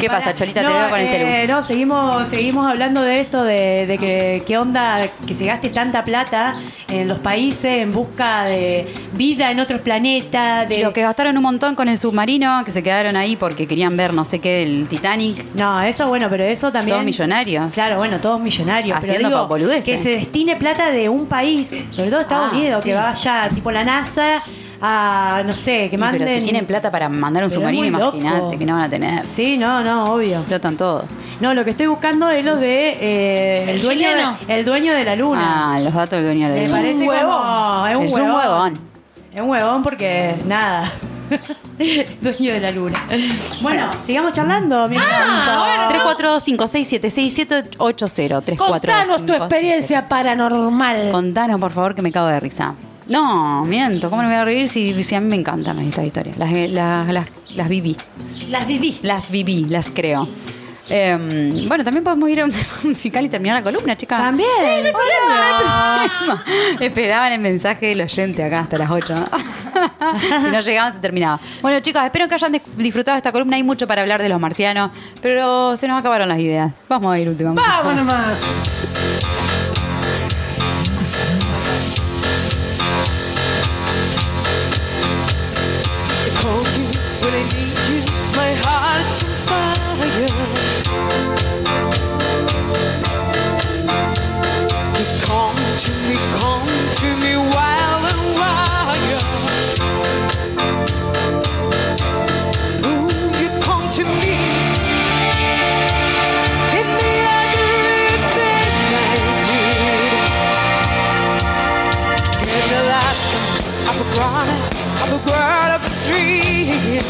[SPEAKER 2] ¿Qué
[SPEAKER 4] Pará.
[SPEAKER 2] pasa, Cholita? te
[SPEAKER 4] No,
[SPEAKER 2] veo con el celu.
[SPEAKER 4] eh, no, seguimos, seguimos hablando de esto, de, de que qué onda que se gaste tanta plata en los países en busca de vida en otros planetas.
[SPEAKER 2] Y
[SPEAKER 4] De...
[SPEAKER 2] los que gastaron un montón con el submarino, que se quedaron ahí porque querían ver no sé qué del Titanic.
[SPEAKER 4] No, eso bueno, pero eso también.
[SPEAKER 2] Todos millonarios.
[SPEAKER 4] Claro, bueno, todos millonarios.
[SPEAKER 2] Haciendo
[SPEAKER 4] pero digo,
[SPEAKER 2] boludeces.
[SPEAKER 4] Que se destine plata de un país, sobre todo Estados
[SPEAKER 2] Ah,
[SPEAKER 4] Unidos,
[SPEAKER 2] sí.
[SPEAKER 4] que vaya tipo la NASA a, no sé, que
[SPEAKER 2] Y,
[SPEAKER 4] manden.
[SPEAKER 2] pero si tienen plata para mandar un
[SPEAKER 4] Pero es
[SPEAKER 2] submarino,
[SPEAKER 4] muy loco.
[SPEAKER 2] imagínate que no van a tener.
[SPEAKER 4] Sí, no, no, obvio.
[SPEAKER 2] Explotan todo.
[SPEAKER 4] No, lo que estoy buscando es lo de. eh,
[SPEAKER 3] El
[SPEAKER 4] dueño
[SPEAKER 3] chileno.
[SPEAKER 4] de, el dueño de la luna.
[SPEAKER 2] Ah, los datos del dueño de
[SPEAKER 4] Me
[SPEAKER 2] la luna.
[SPEAKER 4] parece
[SPEAKER 3] un
[SPEAKER 4] como-
[SPEAKER 3] huevón.
[SPEAKER 4] es un
[SPEAKER 2] Es un
[SPEAKER 4] huevón.
[SPEAKER 2] huevón.
[SPEAKER 4] Es un huevón porque nada. Dueño de la luna. Bueno, sigamos charlando. mi hermanito.
[SPEAKER 2] 3425676880. 3425676880.
[SPEAKER 3] Contanos tu experiencia paranormal.
[SPEAKER 2] Contanos, por favor, que me cago de risa. No, miento. ¿Cómo no me voy a reír si, si a mí me encantan estas historias? Las, eh, las, las, las viví.
[SPEAKER 4] Las viviste.
[SPEAKER 2] Las viví, las creo. Em, bueno, también podemos ir a un tema musical y terminar la columna, chicas.
[SPEAKER 4] También.
[SPEAKER 2] Problema. Esperaban el mensaje del oyente acá hasta las 8. si no llegaban, se terminaba. Bueno, chicas, espero que hayan des- disfrutado esta columna. Hay mucho para hablar de los marcianos, pero se nos acabaron las ideas. Vamos a ir última.
[SPEAKER 3] Vamos nomás.
[SPEAKER 6] They call you when I need you. My heart's on fire. You come to me, come to me, wild and wild. Ooh, you come to me. Hit me everything I need. In the last of a promise, of a word, of a dream.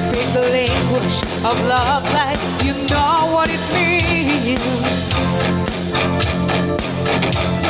[SPEAKER 6] Speak the language of love like you know what it means. Oh,